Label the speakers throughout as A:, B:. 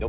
A: No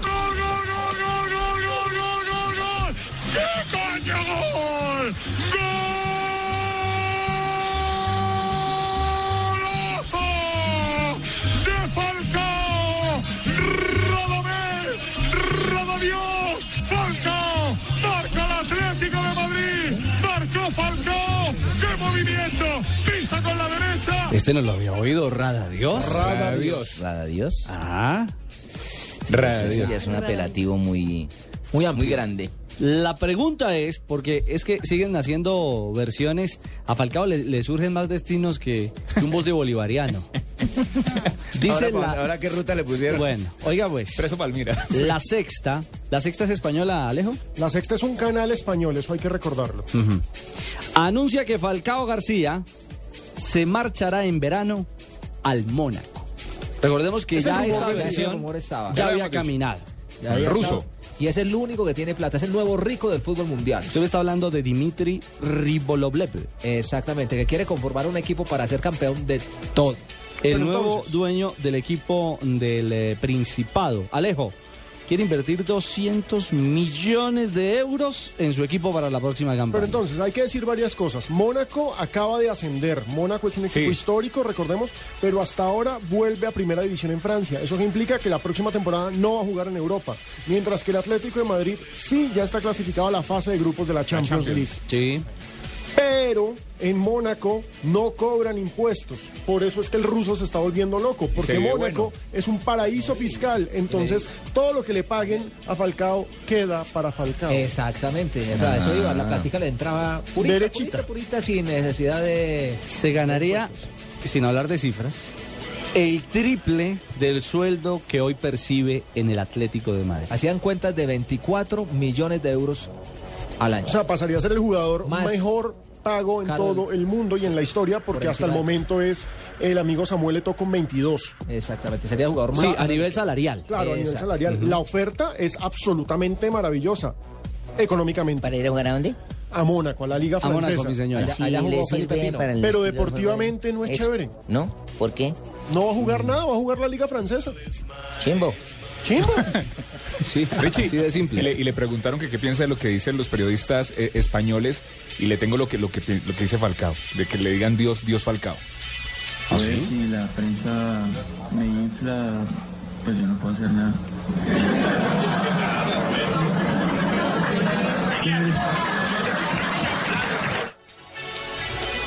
B: ¡Gol, gol, gol, gol, gol, gol, gol, gol, gol! ¡Qué coño gol! ¡Golazo de Falcao! ¡Rodomel! ¡Rododios! ¡Falcao! ¡Marca el Atlético de Madrid! ¡Marcó Falcao! ¡Qué movimiento! ¡Pisa con la derecha!
C: Este no lo había oído, Rada Dios.
D: Rada Dios.
E: Rada Dios.
C: Ah.
E: Eso sí ya es un apelativo muy, muy, muy grande.
C: La pregunta es, porque es que siguen haciendo versiones, a Falcao le, le surgen más destinos que, que un de bolivariano.
D: Ahora,
C: Dice
D: pa-
C: la...
D: ahora qué ruta le pusieron.
C: Bueno, oiga pues,
D: Preso Palmira.
C: la sexta, la sexta es española, Alejo,
F: La sexta es un canal español, eso hay que recordarlo.
C: anuncia que Falcao García se marchará en verano al Mónaco. Recordemos que
D: Ese
C: ya
D: rumor
C: esta
D: que decía,
C: versión
G: rumor estaba.
C: ya
D: Ya lo
C: había
D: hemos dicho.
C: caminado.
G: Ya había
D: Ruso.
G: estado. Y es el único que tiene plata, es el nuevo rico del fútbol mundial.
C: Usted me está hablando de Dimitri Riboloblev.
G: Exactamente, que quiere conformar un equipo para ser campeón de todo.
C: El
F: Pero
C: nuevo
F: entonces-
C: dueño del equipo del eh, Principado, Alejo, quiere invertir 200 millones de euros en su equipo para la próxima campaña.
F: Pero entonces hay que decir varias cosas. Mónaco acaba de ascender. Mónaco es un equipo
D: Sí.
F: histórico, recordemos, pero hasta ahora vuelve a primera división en Francia. Eso que implica que la próxima temporada no va a jugar en Europa. Mientras que el Atlético de Madrid sí ya está clasificado a la fase de grupos de la Champions,
D: Champions.
F: League.
C: Sí.
F: Pero en Mónaco no cobran impuestos. Por eso es que el ruso se está volviendo loco. Porque
D: se ve
F: Mónaco
D: bueno.
F: es un paraíso fiscal. Entonces todo lo que le paguen a Falcao queda para Falcao.
G: Exactamente, o sea, eso iba, la plática le entraba purita,
F: Derechita.
G: purita, purita, sin necesidad de...
C: Se ganaría, sin hablar de cifras, el triple del sueldo que hoy percibe en el Atlético de Madrid.
G: Hacían cuentas de 24 millones de euros al año.
F: O sea, pasaría a ser el jugador
G: Más
F: mejor pago en
G: caro.
F: todo el mundo y en la historia, porque
G: Por
F: hasta el
G: encima de-
F: momento es el amigo Samuel Eto'o con 22.
G: Exactamente, sería el jugador más...
C: Sí, a nivel salarial.
F: Claro, a nivel
G: Exacto.
F: salarial. La oferta es absolutamente maravillosa, económicamente.
E: ¿Para ir a jugar a dónde?
F: A Mónaco, a la Liga
C: A Mónaco,
F: Francesa.
C: mi señora.
G: Allá- allá jugó Felipe Pino.
E: el
F: Pero
E: estilo de
F: deportivamente
E: juego.
F: no es
E: Eso.
F: chévere.
E: ¿No? ¿Por qué?
F: No va a jugar nada, va a jugar la Liga Francesa.
E: Chimbo.
F: Chimba.
C: Sí,
D: Richie,
C: así de simple.
D: Y le, y le preguntaron que qué piensa de lo que dicen los periodistas eh, españoles y le tengo lo que, lo, que, pi- lo que dice Falcao, de que le digan Dios, Dios Falcao.
H: Pues
D: ¿Ah,
H: si la prensa me infla, pues yo no puedo hacer nada.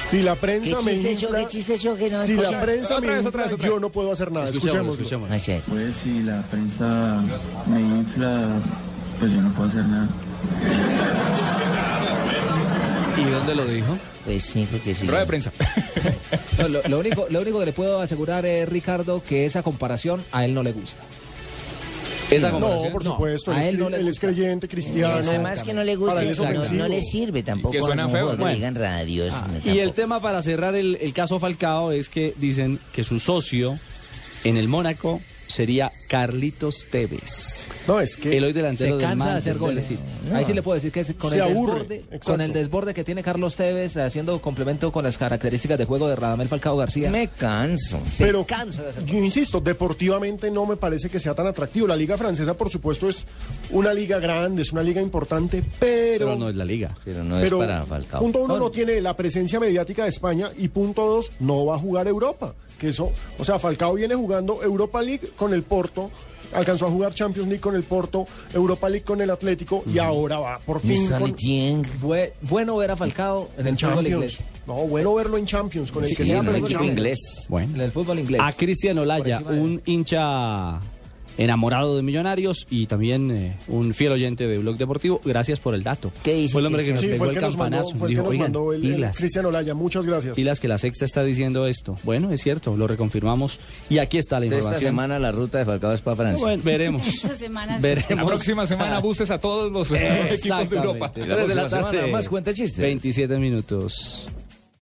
F: Si la prensa
E: ¿Qué
F: me
E: chiste yo?
F: infla,
E: ¿Qué chiste yo? Que no
F: si la
E: escucho?
F: prensa
D: Otra
F: me
D: vez,
F: infla,
D: otra vez, otra
F: yo
D: vez.
F: no puedo hacer nada.
C: Escuchémoslo,
F: Escuchémoslo.
C: escuchémoslo.
E: Ay, sí.
H: Pues si la prensa me infla, pues yo no puedo hacer nada.
C: ¿Y dónde lo dijo?
E: Pues sí, porque sí.
D: Rueda de prensa.
G: No, lo, lo único, lo único que le puedo asegurar, eh, Ricardo, que esa comparación a él no le gusta.
C: Esa
F: No,
C: comparación.
F: por
G: No,
F: supuesto.
G: a
F: él, es
G: él no
F: cre-
G: le
F: él es
G: gusta.
F: creyente, cristiano.
E: Además que no le gusta,
F: Para él es
E: no,
F: ofensivo.
E: no le sirve tampoco.
D: que suena
E: a un
D: feo,
E: jugador que
D: bueno. Ah,
E: digan radios. no,
C: Y el
E: tampoco.
C: tema para cerrar el, el caso Falcao es que dicen que su socio en el Mónaco sería Carlitos Tevez.
F: No, es que...
C: El hoy
G: Se
C: delantero del
G: cansa de
C: Manchester
G: hacer goles.
C: City.
G: Ahí sí le puedo decir que es- con,
F: Se
G: el
F: aburre,
G: desborde,
F: exacto.
G: con el desborde que tiene Carlos Tevez, haciendo complemento con las características de juego de Radamel Falcao García.
E: Me canso.
G: se
F: pero
G: cansa de hacer
F: yo insisto, deportivamente no me parece que sea tan atractivo. La liga francesa, por supuesto, es una liga grande, es una liga importante, pero...
C: Pero no es la liga.
E: Pero no
F: pero,
E: es para Falcao.
F: Punto uno, no tiene la presencia mediática de España y punto dos, no va a jugar Europa. Que eso, o sea, Falcao viene jugando Europa League con el Porto, alcanzó a jugar Champions League con el Porto, Europa League con el Atlético y ahora va por
E: Me
F: fin
E: sale
F: con,
E: Tieng.
G: Bue- bueno ver a Falcao en el
F: en
G: fútbol
F: Champions.
G: inglés.
F: No, bueno verlo en Champions con el que
E: Sí,
F: sea,
E: en un
F: pero en
E: equipo
F: Champions.
E: inglés.
C: Bueno. Ah,
G: En el fútbol inglés.
C: A Cristian Olaya,
G: Por encima de-
C: un hincha enamorado de Millonarios y también eh, un fiel oyente de Blog Deportivo. Gracias por el dato.
E: ¿Qué dice
C: Fue el hombre que nos
F: Sí,
C: pegó
F: fue el
C: el,
F: que nos mandó,
C: campanazo.
F: fue el, que
C: Dijo,
F: nos
C: "Oigan,
F: mandó el- el
C: pilas,
F: Cristian Olaya. Muchas gracias.
C: pilas que la sexta está diciendo esto. Bueno, es cierto, lo reconfirmamos. Y aquí está la
E: Entonces,
C: información.
E: esta semana la ruta de Falcao es para Francia.
C: Bueno, veremos.
I: Esta semana sí.
D: La
C: veremos.
D: próxima
G: Ah.
D: semana buses a todos los equipos de Europa.
C: Exactamente. Tres de la
E: próxima semana,
C: tarde.
E: más cuenta chistes.
C: 27 minutos.